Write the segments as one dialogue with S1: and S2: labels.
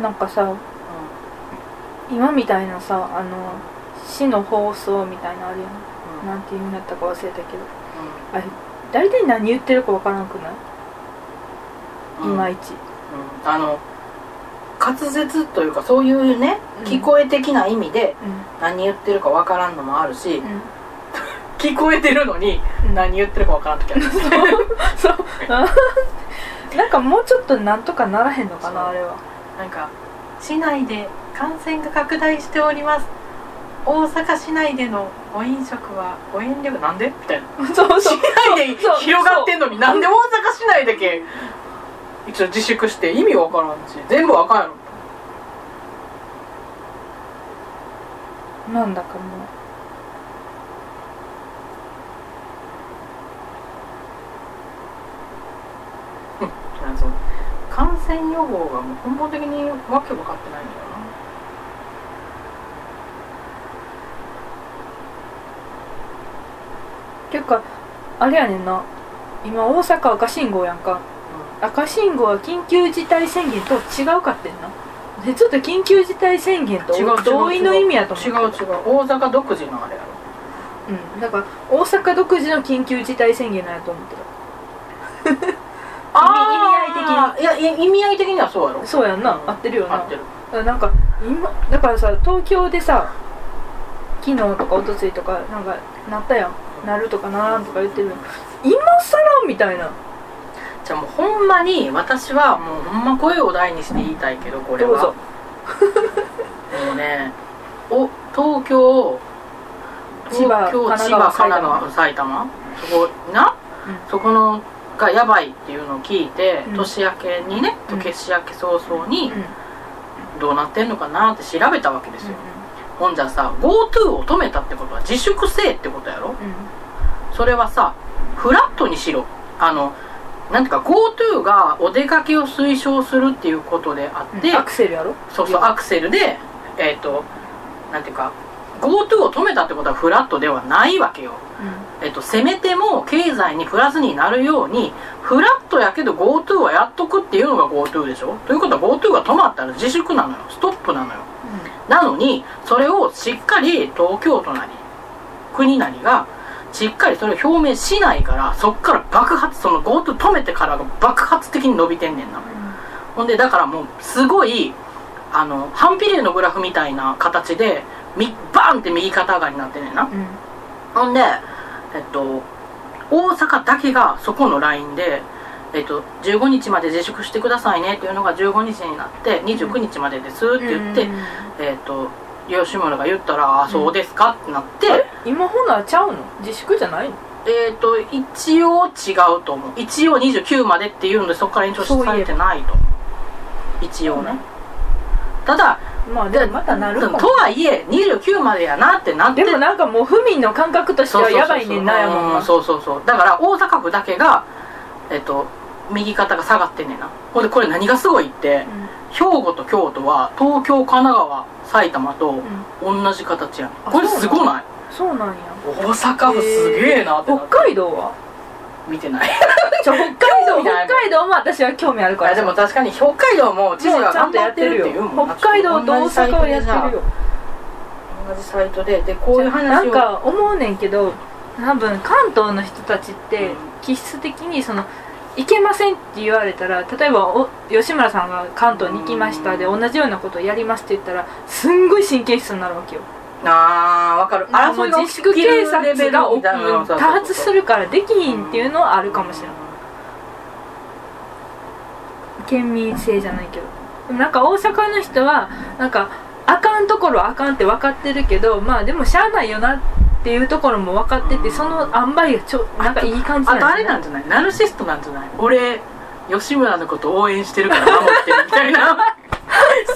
S1: なんかさ今みたいなさあの市の放送みたいなのあるやんなんていうんだったか忘れたけどあれ大体何言ってるかわからんくない、いまいち
S2: うんあの滑舌というかそういうね
S1: うん
S2: 聞こえ的な意味で
S1: う
S2: 何言ってるかわからんのもあるし、
S1: んうん
S2: 聞こえてるのに
S1: うん
S2: 何言ってるかわからん時ある
S1: そうなんかもうちょっとなんとかならへんのかなあれは
S2: なんか市内で感染が拡大しております大阪市内でのご飲食はご遠慮なんでみたいな
S1: そう
S2: 市
S1: そう
S2: 内で
S1: そうそう
S2: 広がってんのになんで大阪市内だけ一応自粛して意味わからんし全部わかんやろ
S1: なんだかもう
S2: なんかそう感染予防がもう根本的にわけ分かってないんだよ
S1: ていうかあれやねんな今大阪赤信号やんか赤信号は緊急事態宣言と違うかってんなでちょっと緊急事態宣言と
S2: 違う違う違う
S1: 同意の意味やと思う
S2: 違う違う大阪独自のあれやろ
S1: うんだから大阪独自の緊急事態宣言なんやと思ってあ
S2: 意味合い的にいやい意味合い的にはそうやろ
S1: たそうやんな、
S2: うん
S1: 合ってるよな
S2: 合ってる
S1: だからなんか今だからさ東京でさ昨日とか一昨日とかなんかなったやんなるとかならんとか言ってるのに今更みたいな
S2: じゃあもうほんまに私はもうほんま声を大にして言いたいけどこれ
S1: どう
S2: は
S1: ぞ
S2: もうねお東京
S1: 千葉
S2: 東京
S1: 神奈
S2: 千葉
S1: 川
S2: 神奈川埼玉そこな、
S1: うん
S2: そこのがやばいっていうのを聞いて、
S1: うん
S2: 年明けにね、
S1: うん
S2: 年明け早々
S1: うん
S2: に
S1: うんうん
S2: どうなってんのかなって調べたわけですよ、ほんじゃさ GoTo を止めたってことは自粛せえってことやろそれはさフラットにしろあのなんていうか GoTo がお出かけを推奨するっていうことであ
S1: うん
S2: って、
S1: アクセルやろ
S2: そうそうアクセルでえっ、となんていうか GoTo を止めたってことはフラットではないわけよ、
S1: う
S2: えっとせめても経済にプラスになるようにフラットやけど GoTo はやっとくっていうのが GoTo でしょということは GoTo が止まったら自粛なのよストップなのよ
S1: ん
S2: なのにそれをしっかり東京都なり国なりがしっかりそれを表明しないからそっから爆発その GoTo 止めてからが爆発的に伸びてんねんなほんでだからもうすごいあの反比例のグラフみたいな形でみバーンって右肩上がりになってんねんな
S1: うん
S2: ほんでえっと大阪だけがそこのラインで、えっと、15日まで自粛してくださいねっていうのが15日になって29日までですって言って、
S1: うん
S2: えっと吉村が言ったら「あそうですか」ってなって、
S1: あれ今ほなちゃうの自粛じゃないの
S2: えっと一応違うと思う一応29までっていうんでそこから延長
S1: そういえば
S2: されてないと思う一応ねただ
S1: まあでもまたなるかも
S2: とはいえ29までやなってなって
S1: でもなんかもう府民の感覚として
S2: そう
S1: は
S2: そうそ
S1: や
S2: うそう
S1: ばいねんなやもん
S2: う
S1: な
S2: そうそうそうだから大阪府だけがえっと右肩が下がってんねんなほんでこれ何がすごいって
S1: うん
S2: 兵庫と京都は東京神奈川埼玉と
S1: うん
S2: 同じ形やん
S1: あ
S2: これすごない
S1: そうなんや
S2: 大阪府すげえなって
S1: 北
S2: なって
S1: 海道は
S2: 見てないい
S1: ちょ北海道
S2: 興味ない
S1: 北海道も私は興味あるから
S2: やでも確かに北海道も知
S1: も
S2: 事が
S1: うちゃん
S2: 頑
S1: と
S2: 張
S1: や
S2: っ
S1: ってて
S2: る
S1: る
S2: っ
S1: よ
S2: ていうもん
S1: 北海道と大阪はやってるよ
S2: 同じサイトででこういう
S1: な
S2: 話
S1: ん
S2: を
S1: か思うねんけど多分関東の人たちって
S2: うん
S1: 気質的にその行けませんって言われたら例えばお吉村さんが関東に行きましたで
S2: う
S1: 同
S2: ん
S1: じようなことをやりますって言ったらすんごい神経質になるわけよ
S2: あーわかる
S1: あもう自粛警察が
S2: 起きるレベルみたいなの
S1: 多発するからできひんっていうのはあるかもしれない県民性じゃないけどでもなんか大阪の人はなんかあかんところはあかんって分かってるけどまあでもしゃあないよなっていうところも分かっててその塩梅がちょなんかいい感じ
S2: あとあれ
S1: な
S2: なん
S1: で
S2: ん
S1: す
S2: じゃないナルシストなんじゃない俺吉村のこと応援してるから守ってるみたい な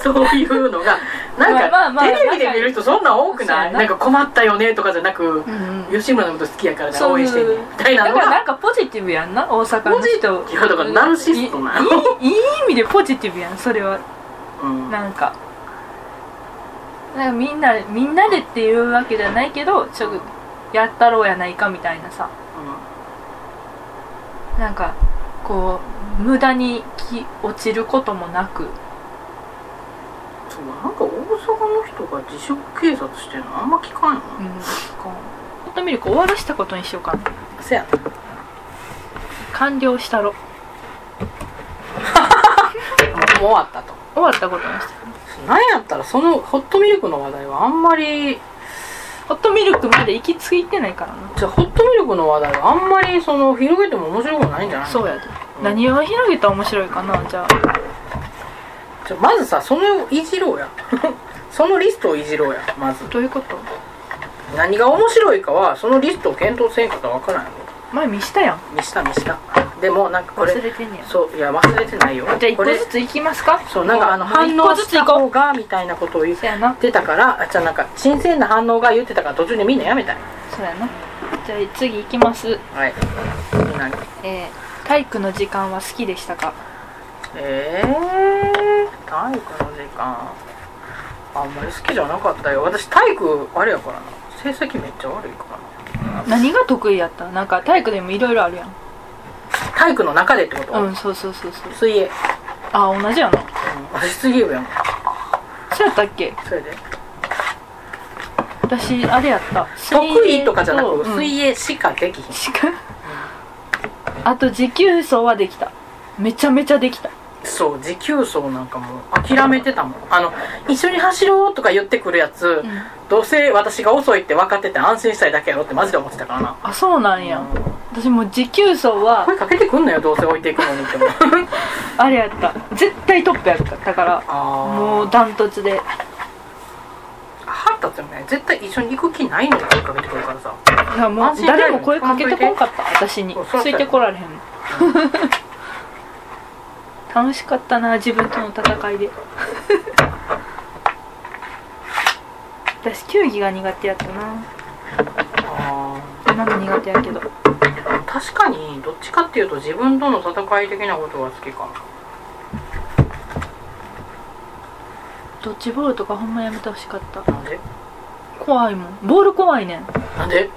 S2: そういうのがなん
S1: まあまあま
S2: か
S1: あ
S2: テレビで見る人そんなん多く
S1: そう
S2: な
S1: や
S2: い
S1: な
S2: なんか困ったよねとかじゃなく
S1: よねうんうん
S2: 吉村のこと好きやからな
S1: そう
S2: 応援してんねんみたい
S1: だ
S2: な
S1: か
S2: の
S1: らな
S2: が
S1: んかポジティブやんな大阪の人
S2: いやだからナルシストなの
S1: いいいい意味でポジティブやんそれは
S2: うん
S1: なんかなんかみんなみんなでっていうわけじゃないけどちょっとやったろうやないかみたいなさなんかこう無駄にき落ちることもなく
S2: そうなんか大阪の人が自粛警察してるのあんま聞かんよな
S1: うんホットミルク終わらしたことにしようかな
S2: せや
S1: 完了したろ
S2: なもう終わったと
S1: 終わったことにして
S2: なんやったらそのホットミルクの話題はあんまり
S1: ホットミルクまで行き着いてないからな
S2: じゃあホットミルクの話題はあんまりその広げても面白くないんじゃない
S1: そうやで、何を広げたら面白いかなじゃあ
S2: じゃあまずさそのいじろうや そのリストをいじろうやまず
S1: どういうこと
S2: 何が面白いかはそのリストを検討せんかったら分からんよ
S1: 前見したやん
S2: 見した見したでもなんかこれ
S1: 忘れてんねやじゃ
S2: そういや忘れてないよ
S1: あ一個
S2: これ
S1: ずつ行きますか
S2: そうなんかあの反
S1: もう
S2: 応
S1: 一個ず
S2: し
S1: つ行
S2: た
S1: こ
S2: 方がみたいなことを言っ
S1: うそうやな
S2: てたからあじゃあなんか新鮮な反応が言ってたから途中でみんなやめたい
S1: そうやなじゃあ次行きます
S2: はい何
S1: えー、体育の時間は好きでしたか
S2: えー、体育の時間あんまり好きじゃなかったよ私体育あれやからな成績めっちゃ悪いから
S1: 何が得意やったなんか体育でもいろいろあるやん
S2: な体育の中でってこと、
S1: うんそうそうそうそう
S2: 水泳、うん、
S1: あ同じやな
S2: 私水泳部やもん
S1: そうやったっけ
S2: それで
S1: 私あれやった
S2: 得意とかじゃなく
S1: 水泳
S2: 水泳しかできひん、
S1: とうんしかあと持久走はできためちゃめちゃできた
S2: そう持久走なんかもう諦めてたもんあの一緒に走ろうとか言ってくるやつ、
S1: うん
S2: どうせ私が遅いって分かってて安心したいだけやろってマジで思ってたからな
S1: あそうなんや私もう持久走は
S2: 声かけてくんのよどうせ置いていくのにっても
S1: あれやった絶対トップやったから
S2: あ
S1: もうダントツで
S2: 腹立つよね絶対一緒に行く気ないのに声かけてくるからさ
S1: いやもう誰も声かけてこんかった私に
S2: そうそう
S1: ついてこられへん 楽しかったな自分との戦 いで私球技が苦手やったな
S2: あ
S1: 今も苦手やけど
S2: ー確かにどっちかっていうと自分との戦い的なことが好きかも
S1: ドッジボールとかほんまやめてほしかった
S2: なんで
S1: 怖いもんボール怖いねん
S2: なんで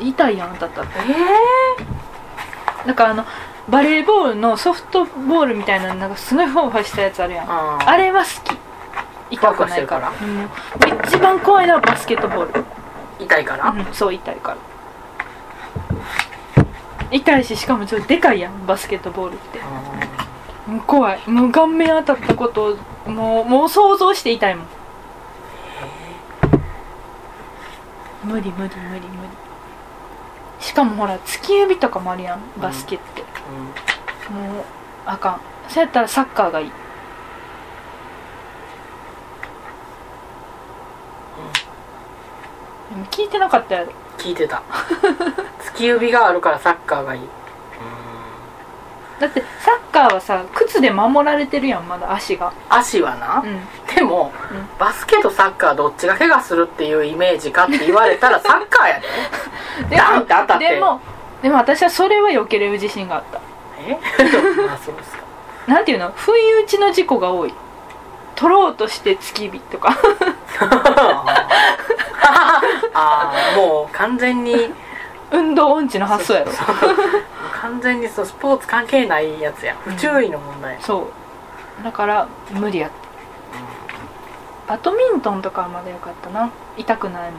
S1: 痛いやんだったら
S2: ええ
S1: なんかあのバレーボールのソフトボールみたいななんかすごいふわふわしたやつあるやん
S2: あー
S1: あれは好き痛くないから
S2: ふわふわ
S1: うん一番怖いのはバスケットボール、
S2: 痛いから、
S1: うん、そう痛いから痛いししかもちょっとでかいやんバスケットボールって
S2: あ
S1: もう怖いもう顔面当たったことをもうもう想像して痛いもん無理無理無理無理しかもほら突き指とかもあるやんバスケって、
S2: ーうん
S1: もうあかんそうやったらサッカーがいいでも聞いてなかったやろ
S2: 聞いてた突き指があるからサッカーがいい
S1: だってサッカーはさ靴で守られてるやんまだ足が
S2: 足はな、
S1: うん
S2: でも、
S1: うん
S2: バスケとサッカーどっちが怪我するっていうイメージかって言われたらサッカーやで
S1: で
S2: ダンって当たって
S1: でもでも私はそれは避けれる自信があった
S2: えあそうですか
S1: なんていうの不意打ちの事故が多い取ろうとして月日とか
S2: あ あもう完全に
S1: 運動音痴の発想やろ
S2: そう完全にそうスポーツ関係ないやつや不注意の問題、
S1: そうだから無理やったバドミントンとかはまだよかったな痛くないもん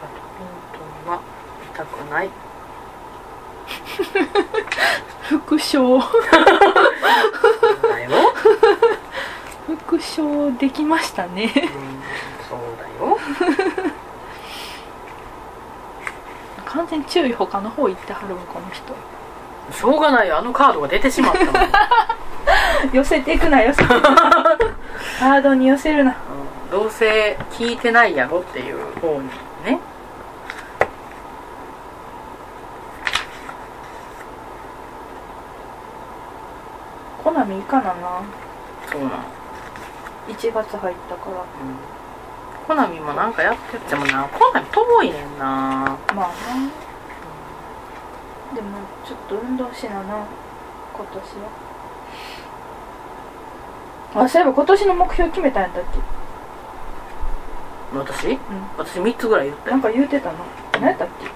S2: バドミントンは痛くない
S1: 副賞
S2: だよ、
S1: 副賞できました
S2: うん
S1: ね
S2: そうだよ
S1: 完全に注意他の方行ってはるわこの人
S2: しょうがないよあのカードが出てしまったもん、
S1: 寄せていくな寄せていくなハードに寄せるな
S2: うんどうせ聞いてないやろっていう方にね
S1: コナミいかなな
S2: そうなの
S1: 1月入ったか
S2: うんコナミもなんかやってるでもなコナミ遠いねんな
S1: らまあなでもちょっと運動しなな今年はあそういえば今年の目標決めたんやったっけ
S2: 私、私3つぐらい言った
S1: な
S2: よ
S1: んか言うてたな何やったっけ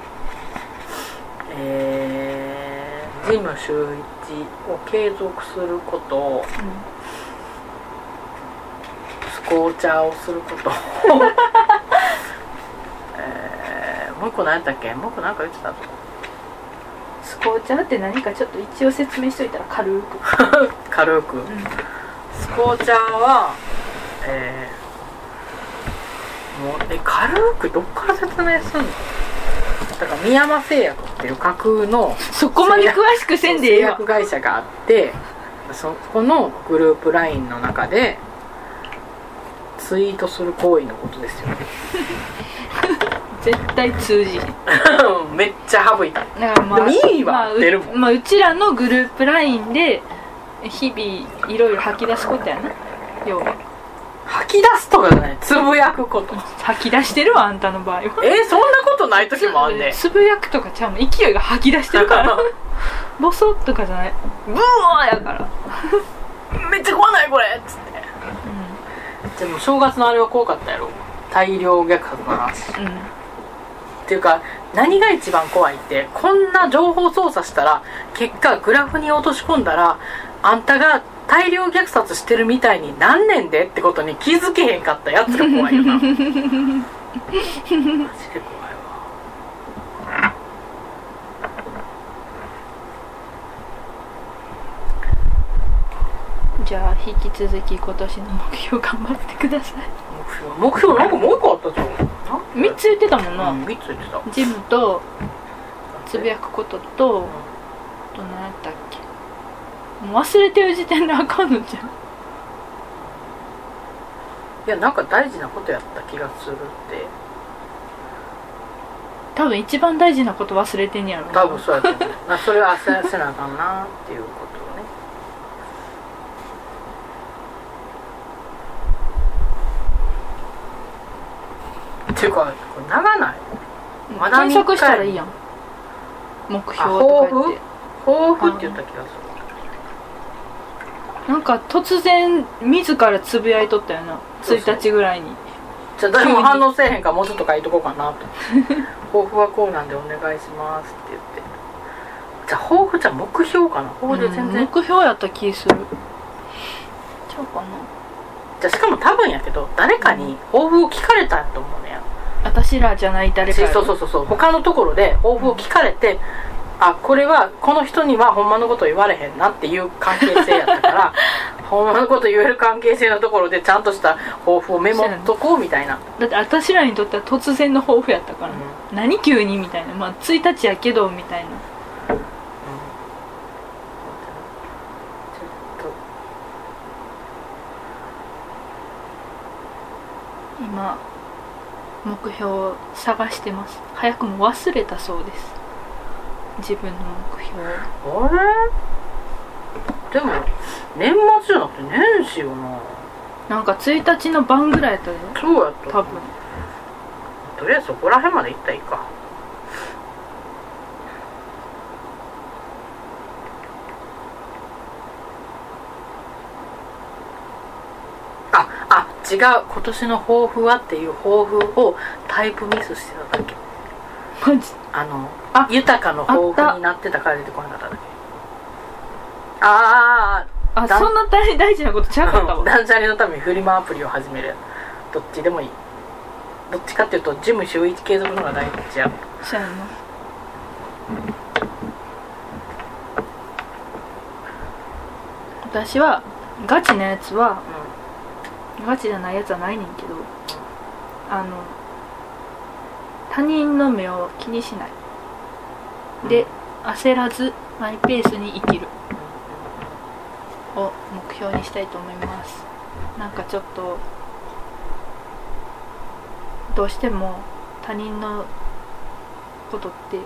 S2: え事務周知を継続することスコーチャーをすること えーもう一個何やったっけもう一個何か言ってたぞ
S1: スコーチャーって何かちょっと一応説明しといたら軽く、
S2: 軽くスコーチャーはえーもうえ軽くどっから説明すんのだから深山製薬っていう架空の
S1: そこまで詳しくせんでえ
S2: 製
S1: えわ
S2: 薬会社があってそこのグループ LINE の中でツイートする行為のことですよね
S1: 絶対通じひんだ
S2: めっちゃ省いた
S1: からまあ
S2: でもいいわ
S1: まあう
S2: 出るもん
S1: まあ、うちらのグループ LINE で日々いろいろ吐き出すことやな要は
S2: 吐き出すとかじゃないつぶやくこと
S1: 吐き出してるわあんたの場合は
S2: えそんなことない時もあんね
S1: つぶやくとかちゃうの勢いが吐き出してるからボソッとかじゃないブワーやから、
S2: めっちゃ怖ないこれっつっ
S1: う
S2: てでも正月のあれは怖かったやろ大量虐殺の話
S1: んうん、
S2: っていうか何が一番怖いってこんな情報操作したら結果グラフに落とし込んだらあんたが大量虐殺してるみたいに何年でってことに気づけへんかったやつが怖 いよなマジで怖いわ
S1: じゃあ引き続き今年の目標頑張ってください
S2: 目標目標なんかもう一個あったじゃん
S1: 3つ言ってたもんな、
S2: うん、3つ言ってた
S1: ジムとつぶやくことと、あと何やったっけもう忘れてる時点であかんのじゃん
S2: いやなんか大事なことやった気がするって
S1: 多分一番大事なこと忘れてんねやろな
S2: 多分そうやと思うまあそれは焦らせなあかんなっていうことをねっていうかこれ長ないまだ
S1: 検索したらいいやん目標
S2: あ
S1: と
S2: 抱
S1: か言っ
S2: 負
S1: て
S2: 抱負って言った気がする
S1: なんか突然自らつぶやいとったよな
S2: そうそう
S1: 1日ぐらいに
S2: じゃあ誰も反応せえへんからもうちょっと書いとこう かなと抱負はこうなんでお願いしますって言ってじゃあ抱負じゃあ目標かな抱負で全
S1: うん
S2: 然
S1: 目標やった気するちゃうかな
S2: じゃあしかも多分やけど誰かに抱負を聞かれたと思うねや
S1: 私らじゃない誰か
S2: そうそうそうそう他のところで抱負を聞かれて、あこれはこの人にはほんまのこと言われへんなっていう関係性やったから ほんまのこと言える関係性のところでちゃんとした抱負をメモっとこうみたいな、
S1: だって私らにとっては突然の抱負やったから、何急にみたいなまあ1日やけどみたいな今目標を探してます早くも忘れたそうです自分の目標
S2: あれでも年末じゃなくて年始よな
S1: なんか1日の晩ぐらいやったよ
S2: そうやった
S1: 多分
S2: とりあえずそこら辺まで行ったらいいかああ違う今年の抱負はっていう抱負をタイプミスしてただけ
S1: マジ
S2: あの
S1: あ
S2: 豊かの抱負になってたから出てこなかっただけあー
S1: あ
S2: だ
S1: そんな大大事なことちゃうかった
S2: あ
S1: わ
S2: 断捨離のためにフリマアプリを始めるどっちでもいいどっちかっていうとジム週一継続の方が大事や
S1: そうやな私はガチなやつはガチじゃないやつはないねんけどあの他人の目を気にしないで焦らずマイペースに生きるを目標にしたいと思いますなんかちょっとどうしても他人のことって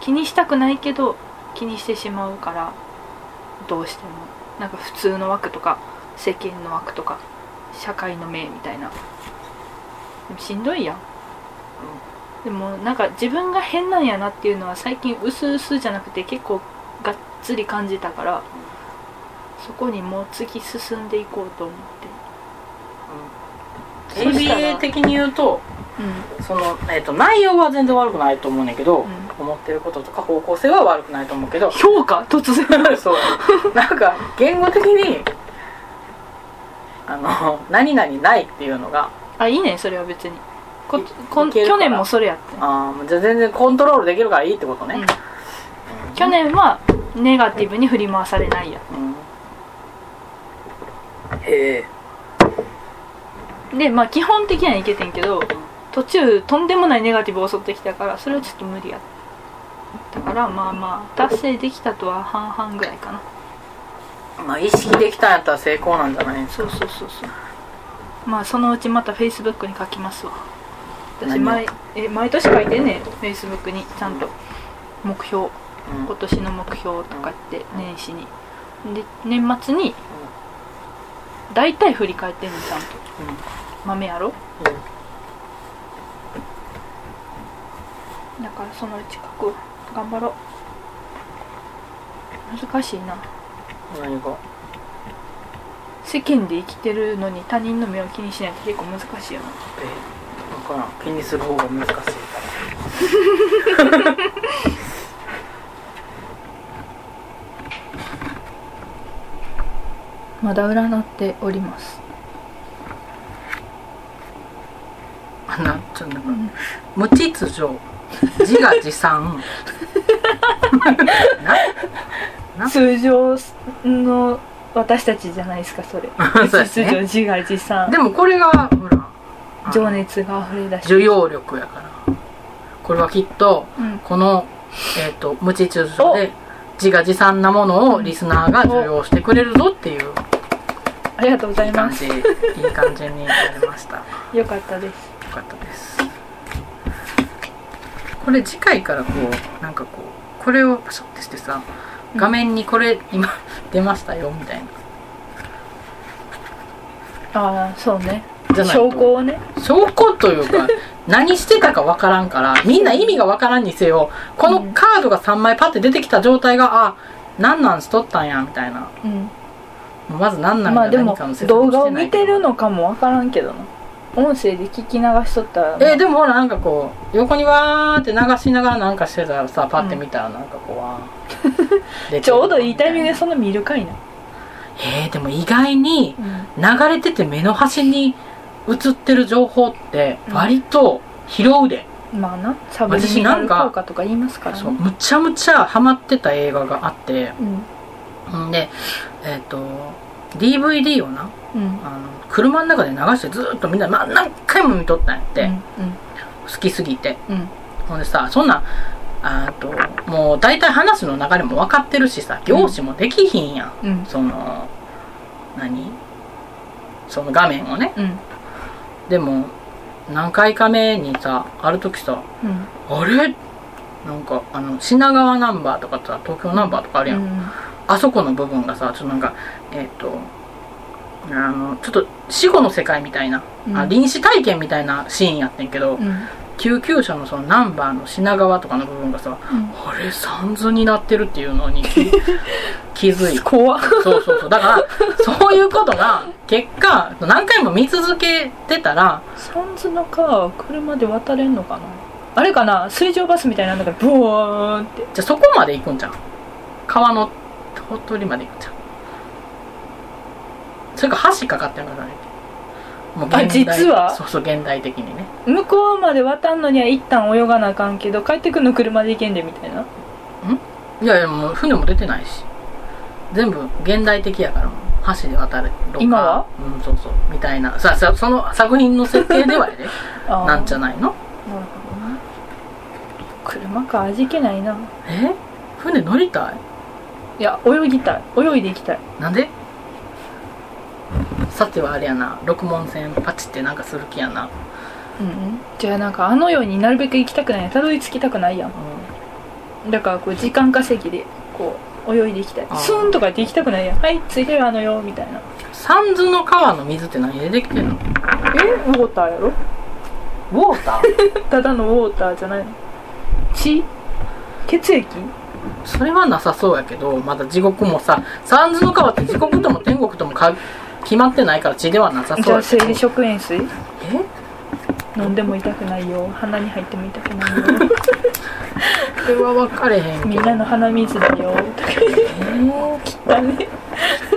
S1: 気にしたくないけど気にしてしまうからどうしてもなんか普通の枠とか世間の枠とか社会の目みたいなでもしんどいやん、でもなんか自分が変なんやなっていうのは最近薄々じゃなくて結構がっつり感じたからそこにもう次進んでいこうと思っそしたら
S2: ABA 的に言うと
S1: てうん
S2: その、えっと内容は全然悪くないと思うねんだけど、
S1: うん
S2: 思ってることとか方向性は悪くないと思うけど
S1: 評価突然
S2: そうなんか言語的にあの何々ないっていうのが
S1: あいいねそれは別にここん
S2: いけるか
S1: 去
S2: ら
S1: 年もそれやってん、
S2: あーもうじゃあ全然コントロールできるからいいってことね
S1: うん、去年はネガティブに振り回されないや
S2: うんへえ
S1: でまあ基本的にはいけてんけど途中とんでもないネガティブを襲ってきたからそれはちょっと無理やったからまあまあ達成できたとは半々ぐらいかな
S2: まあ意識できたんやったら成功なんじゃないです
S1: そう
S2: か
S1: そうそうそうまあそのうちまたフェイスブックに書きますわ私
S2: 何を
S1: 毎え毎年書いてんねフェイスブックにちゃんと目標
S2: うん
S1: 今年の目標とかって年始にで年末に大体振り返ってんのちゃんと豆やろだからそのうち書くわ頑張ろう難しいな
S2: うん何か
S1: 世間で生きてるのに他人の目を気にしないって結構難しいよな
S2: え分からん気にする方が難しいから
S1: まだ占っております
S2: あなちょっとなんか無秩序自画自賛 な
S1: 通常の私たちじゃないですかそれ
S2: そ
S1: 秩
S2: うですね
S1: 序自画自賛
S2: でもこれがほら
S1: 情熱が溢れ出して
S2: 需要力やからこれはきっと
S1: うん
S2: この、えー、と無秩序で自画自賛なものをリスナーが受容してくれるぞっていう
S1: ありがとうござ
S2: い
S1: い
S2: い感
S1: ま
S2: じ
S1: す
S2: いい感じになりましたよ
S1: よかったです
S2: かったですこれ次回からこうなんかこうこれをパシャってしてさ画面にこれ今出ましたよみたいな
S1: ああそうね
S2: じゃないと
S1: 証拠をね
S2: 証拠というか何してたかわからんからみんな意味がわからんにせよこのカードが3枚パッて出てきた状態があ何なんしとったんやみたいな
S1: うん
S2: もうまず何なん
S1: まあ
S2: か
S1: で
S2: 何
S1: も
S2: かの説明
S1: 動
S2: し
S1: 画を
S2: てない
S1: 見
S2: け
S1: て
S2: ど
S1: るのかもわからんけどな音声で聞き流しとったら
S2: えーでもほらなんかこう横にわーって流しながらなんかしてたらさパッて見たらなんかこうわ ー
S1: ちょうどいいタイミングで
S2: で
S1: そんな見るかいな、
S2: えーでも意外に流れてて目の端に映ってる情報って割と拾うで、
S1: まあなサブリミナル効果とか言いますから
S2: そう
S1: ね
S2: むちゃむちゃハマってた映画があって
S1: うん
S2: んでえっ、と DVD をな
S1: うん
S2: あの車の中で流してずーっとみんなな何回も見とったんやって、
S1: うん
S2: 好きすぎて
S1: うんうん
S2: ほんでさそんなんあーともう大体話の流れも分かってるしさ凝視もできひんやん、
S1: うん
S2: その何その画面をね
S1: うん
S2: でも何回か目にさある時さ
S1: うん
S2: あれなんかあの品川ナンバーとかさ東京ナンバーとかあるやん、あそこの部分がさちょっとなんかえっ、とあのちょっと死後の世界みたいな、
S1: うん
S2: あ臨死体験みたいなシーンやってんけど、
S1: うん
S2: 救急車のそのナンバーの品川とかの部分がさ
S1: うん
S2: あれ三途になってるっていうの に気気づいて
S1: 怖っ
S2: そうそうそうだからそういうことが結果何回も見続けてたら
S1: サンズの川を車で渡れんのかなあれかな水上バスみたいなのがブワーンって
S2: じゃあそこまで行くんじゃん川のほとりまで行くんじゃんそれか橋かかってるからねもう
S1: あ実は
S2: そうそう現代的にね
S1: 向こうまで渡んのには一旦泳がなあかんけど帰ってくるの車で行けんでみたいない
S2: やいやもう船も出てないし全部現代的やからもう橋で渡るとか
S1: 今は
S2: うんそうそうみたいなささその作品の設定ではやで
S1: あー
S2: なんじゃないの
S1: なるほどな車か味気ないな
S2: え船乗りた
S1: いや泳ぎたい泳いで行きたい
S2: いなんでさてはあれやな六門線パチってなんかする気やな
S1: うんうんじゃあなんかあの世になるべく行きたくないたどり着きたくないやん
S2: うん
S1: だからこう時間稼ぎでこう泳いで行きたい
S2: あー
S1: スーンとか言って行きたくないやんはい着いてるあの世みたいな
S2: サンズの川の水って何でできてんの
S1: えウォーターやろ
S2: ウォーター
S1: ただのウォーターじゃないの血血液
S2: それはなさそうやけどまだ地獄もさサンズの川って地獄とも天国ともか決まってないから血ではなさ
S1: じ
S2: そう
S1: ゃあ
S2: やけ
S1: 生
S2: ど
S1: 理食塩水
S2: え
S1: 飲んでも痛くないよ鼻に入っても痛くないよ
S2: れは分かれへんけど
S1: みんなの鼻水だよとか言って
S2: もうき
S1: たね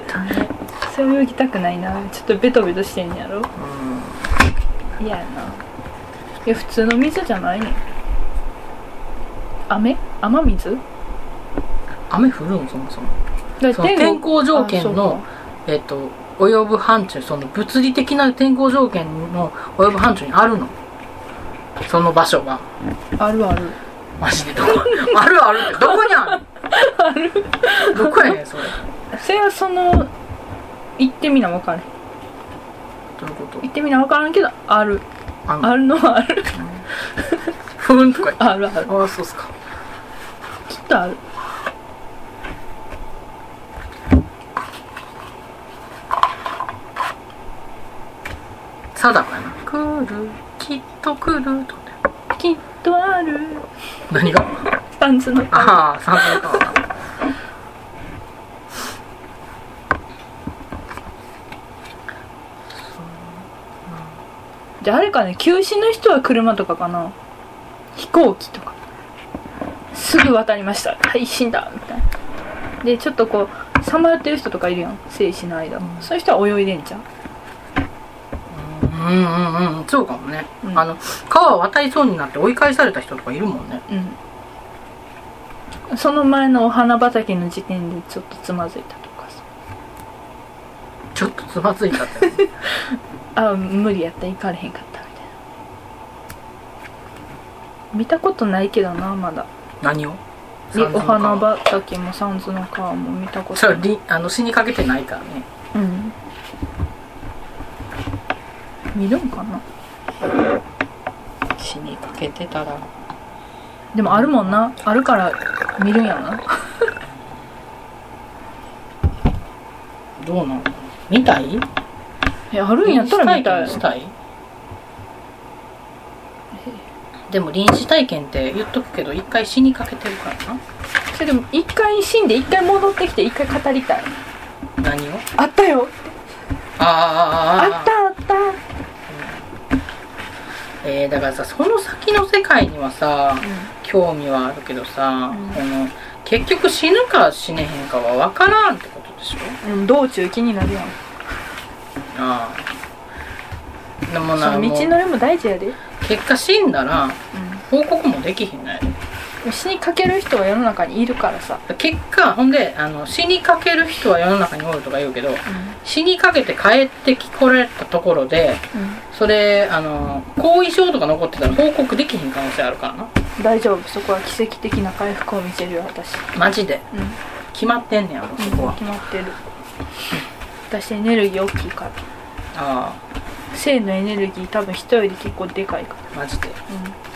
S2: たね
S1: それ泳ぎたくないなちょっとベトベトしてんやろ
S2: うん
S1: 嫌やないや普通の水じゃないねん雨雨水
S2: 雨降るんそもそも
S1: だ
S2: その天候条件のえっと及ぶ範疇その物理的な天候条件の及ぶ範疇にあるのその場所が
S1: ああるある
S2: マジで どこあるあるってどこにあるどこやねんそれ
S1: それはその行ってみな分からん
S2: どういうこと
S1: 行ってみな分からんけどある
S2: あの
S1: あるのはある
S2: ふーんとか言って
S1: あるある
S2: ああそうっすか
S1: きっとある
S2: 貞子やな来るきっと来るとね
S1: きっとある
S2: 何が
S1: パンツの
S2: ああ三千か
S1: じゃああれかね休止の人は車とかかな飛行機とかすぐ渡りましたはい死んだみたいなでちょっとこうさまよってる人とかいるやん生死の間、
S2: うん
S1: そういう人は泳いでんじゃん
S2: うんうんうんそうかもね、
S1: うん
S2: あの川を渡りそうになって追い返された人とかいるもんね
S1: うんその前のお花畑の時点でちょっとつまずいたとかさ
S2: ちょっとつまずいたって
S1: あ無理やった行かれへんかったみたいな見たことないけどなまだ
S2: 何を
S1: でお花
S2: ば
S1: 畑もサンズの川も見たこと
S2: そ
S1: な
S2: れ
S1: い
S2: りあの死にかけてないからね
S1: うん見るんかな
S2: 死にかけてたら
S1: でもあるもんなあるから見るんやな
S2: どうなの見たい
S1: えあるんやったら見たい
S2: 臨死体験したいでも臨死体験って言っとくけど一回死にかけてるからな
S1: それでも一回死んで一回戻ってきて一回語りたい
S2: 何を
S1: あったよ
S2: あ
S1: あったあった
S2: えーだからさその先の世界にはさ興味はあるけどさ、
S1: うん
S2: この結局死ぬか死ねへんかは分からんってことでしょ
S1: うん、道中気になるやん
S2: ああでも
S1: そ
S2: な
S1: の
S2: もう
S1: 道のりも大事やで、
S2: 結果死んだら報告もできひんのやで
S1: うん、死にかける人は世の中にいるからさ、
S2: 結果ほんであの死にかける人は世の中におるとか言うけど死にかけて帰ってきこれたところでそれあの後遺症とか残ってたら報告できひん可能性あるからな
S1: 大丈夫そこは奇跡的な回復を見せるよ私、
S2: マジで
S1: うん、
S2: 決まってんねやろそこは、
S1: 決まってる私エネルギー大きいから
S2: あ
S1: 性のエネルギー多分人より結構でかいか
S2: あマジで
S1: ら、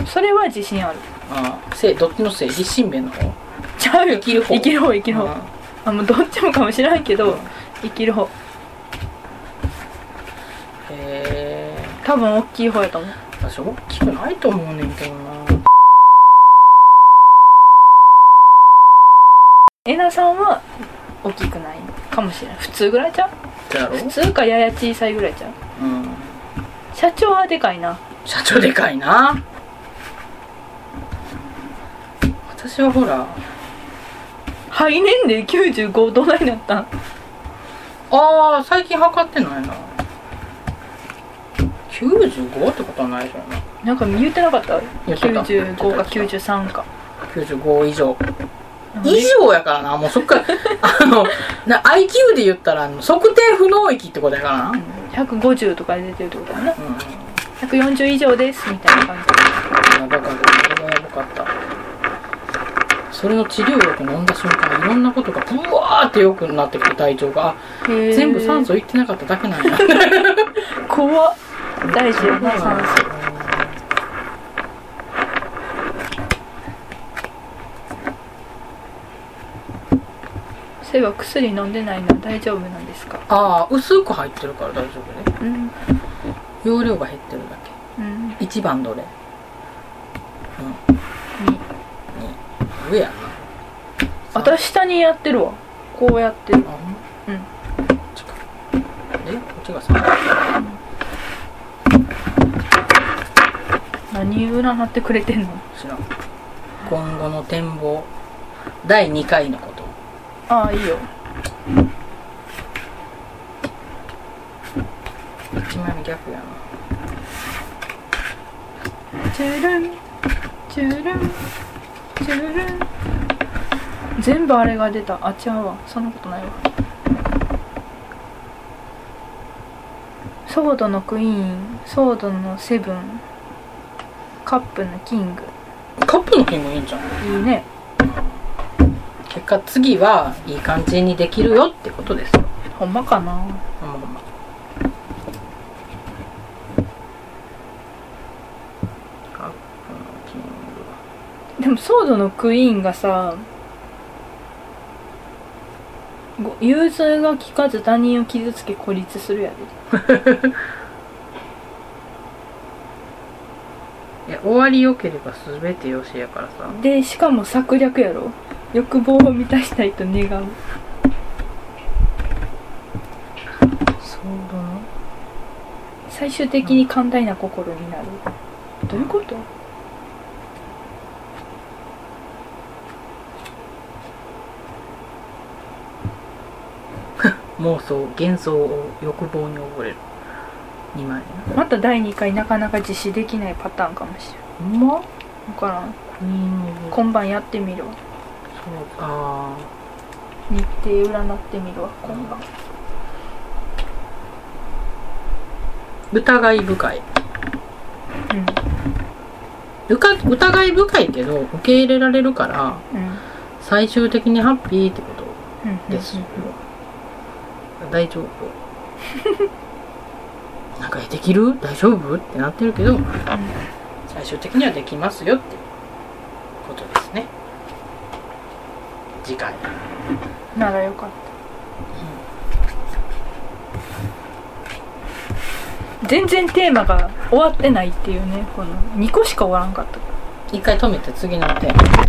S1: うん、それは自信ある
S2: ああせいどっちのせい立身弁の方
S1: ちゃうよ
S2: 生きる方
S1: 生きる方生きる方、
S2: うん
S1: あもうどっちもかもしらんけど、
S2: うん
S1: 生きる方
S2: へえ
S1: 多分大きい方やと思う
S2: 私大きくないと思うねんけどな
S1: えなさんは大きくないかもしれない普通ぐらいちゃう
S2: だやろ
S1: 普通かやや小さいぐらいちゃう
S2: うん
S1: 社長はでかいな
S2: 社長でかいな私はほら
S1: 肺年齢95どないなったん
S2: ああ最近測ってないな95ってことはないじゃんな
S1: なんか言ってなかった
S2: 言ってた
S1: 95か93か
S2: 95以上以上やからなもうそっからあのな IQ で言ったらあの測定不能域ってことやからな、うん
S1: 150とかで出てるってことだな140以上ですみたいな感
S2: やばかったそれはやばかったそれの治療薬飲んだ瞬間いろんなことがブワーって良くなってきて体調があ
S1: じへー
S2: 全部酸素いってなかっただけなん や
S1: 怖っ大事やな酸素そういえば薬飲んでないのは大丈夫なんですか
S2: ああ薄く入ってるから大丈夫ね
S1: うん
S2: 容量が減ってるだけ
S1: うんに
S2: 一番どれ上や
S1: 私下にやってるわこうやってる
S2: なあほんま
S1: うん
S2: こっちかでこっちが3
S1: 何占ってくれてんの
S2: 知らん今後の展望第2回のこと
S1: ああいいよ
S2: 一枚目逆やな
S1: チュルンチュルンチュルン全部あれが出たあ違うわそんなことないわソードのクイーンソードのセブンカップのキング
S2: カップの金もいいんじゃん
S1: いいね
S2: 結果次はいい感じにできるよってことですよ
S1: ほんまかな
S2: ほんまほんまカップのキング
S1: でもソードのクイーンがさご融通が利かず他人を傷つけ孤立するやで
S2: いや終わりよければ全てよしやからさ
S1: でしかも策略やろ欲望を満たしたいと願う
S2: そうだな
S1: 最終的に寛大な心になるどういうこと
S2: 妄想幻想を欲望に溺れる2枚
S1: また第2回なかなか実施できないパターンかもしれ
S2: ほんま
S1: ん分からん
S2: クイーンオブ
S1: 今晩やってみるわ
S2: そうあ
S1: 日程占ってみるわ今晩
S2: ー疑い深い
S1: うん
S2: うか疑い深いけど受け入れられるから
S1: うん
S2: 最終的にハッピーってこ
S1: うん
S2: とですよ、大丈夫 なんかえできる大丈夫ってなってるけど、最終的にはできますよってことですね次回
S1: ならよかった全然テーマが終わってないっていうねこの2個しか終わらんかった
S2: 一回止めて次のテーマ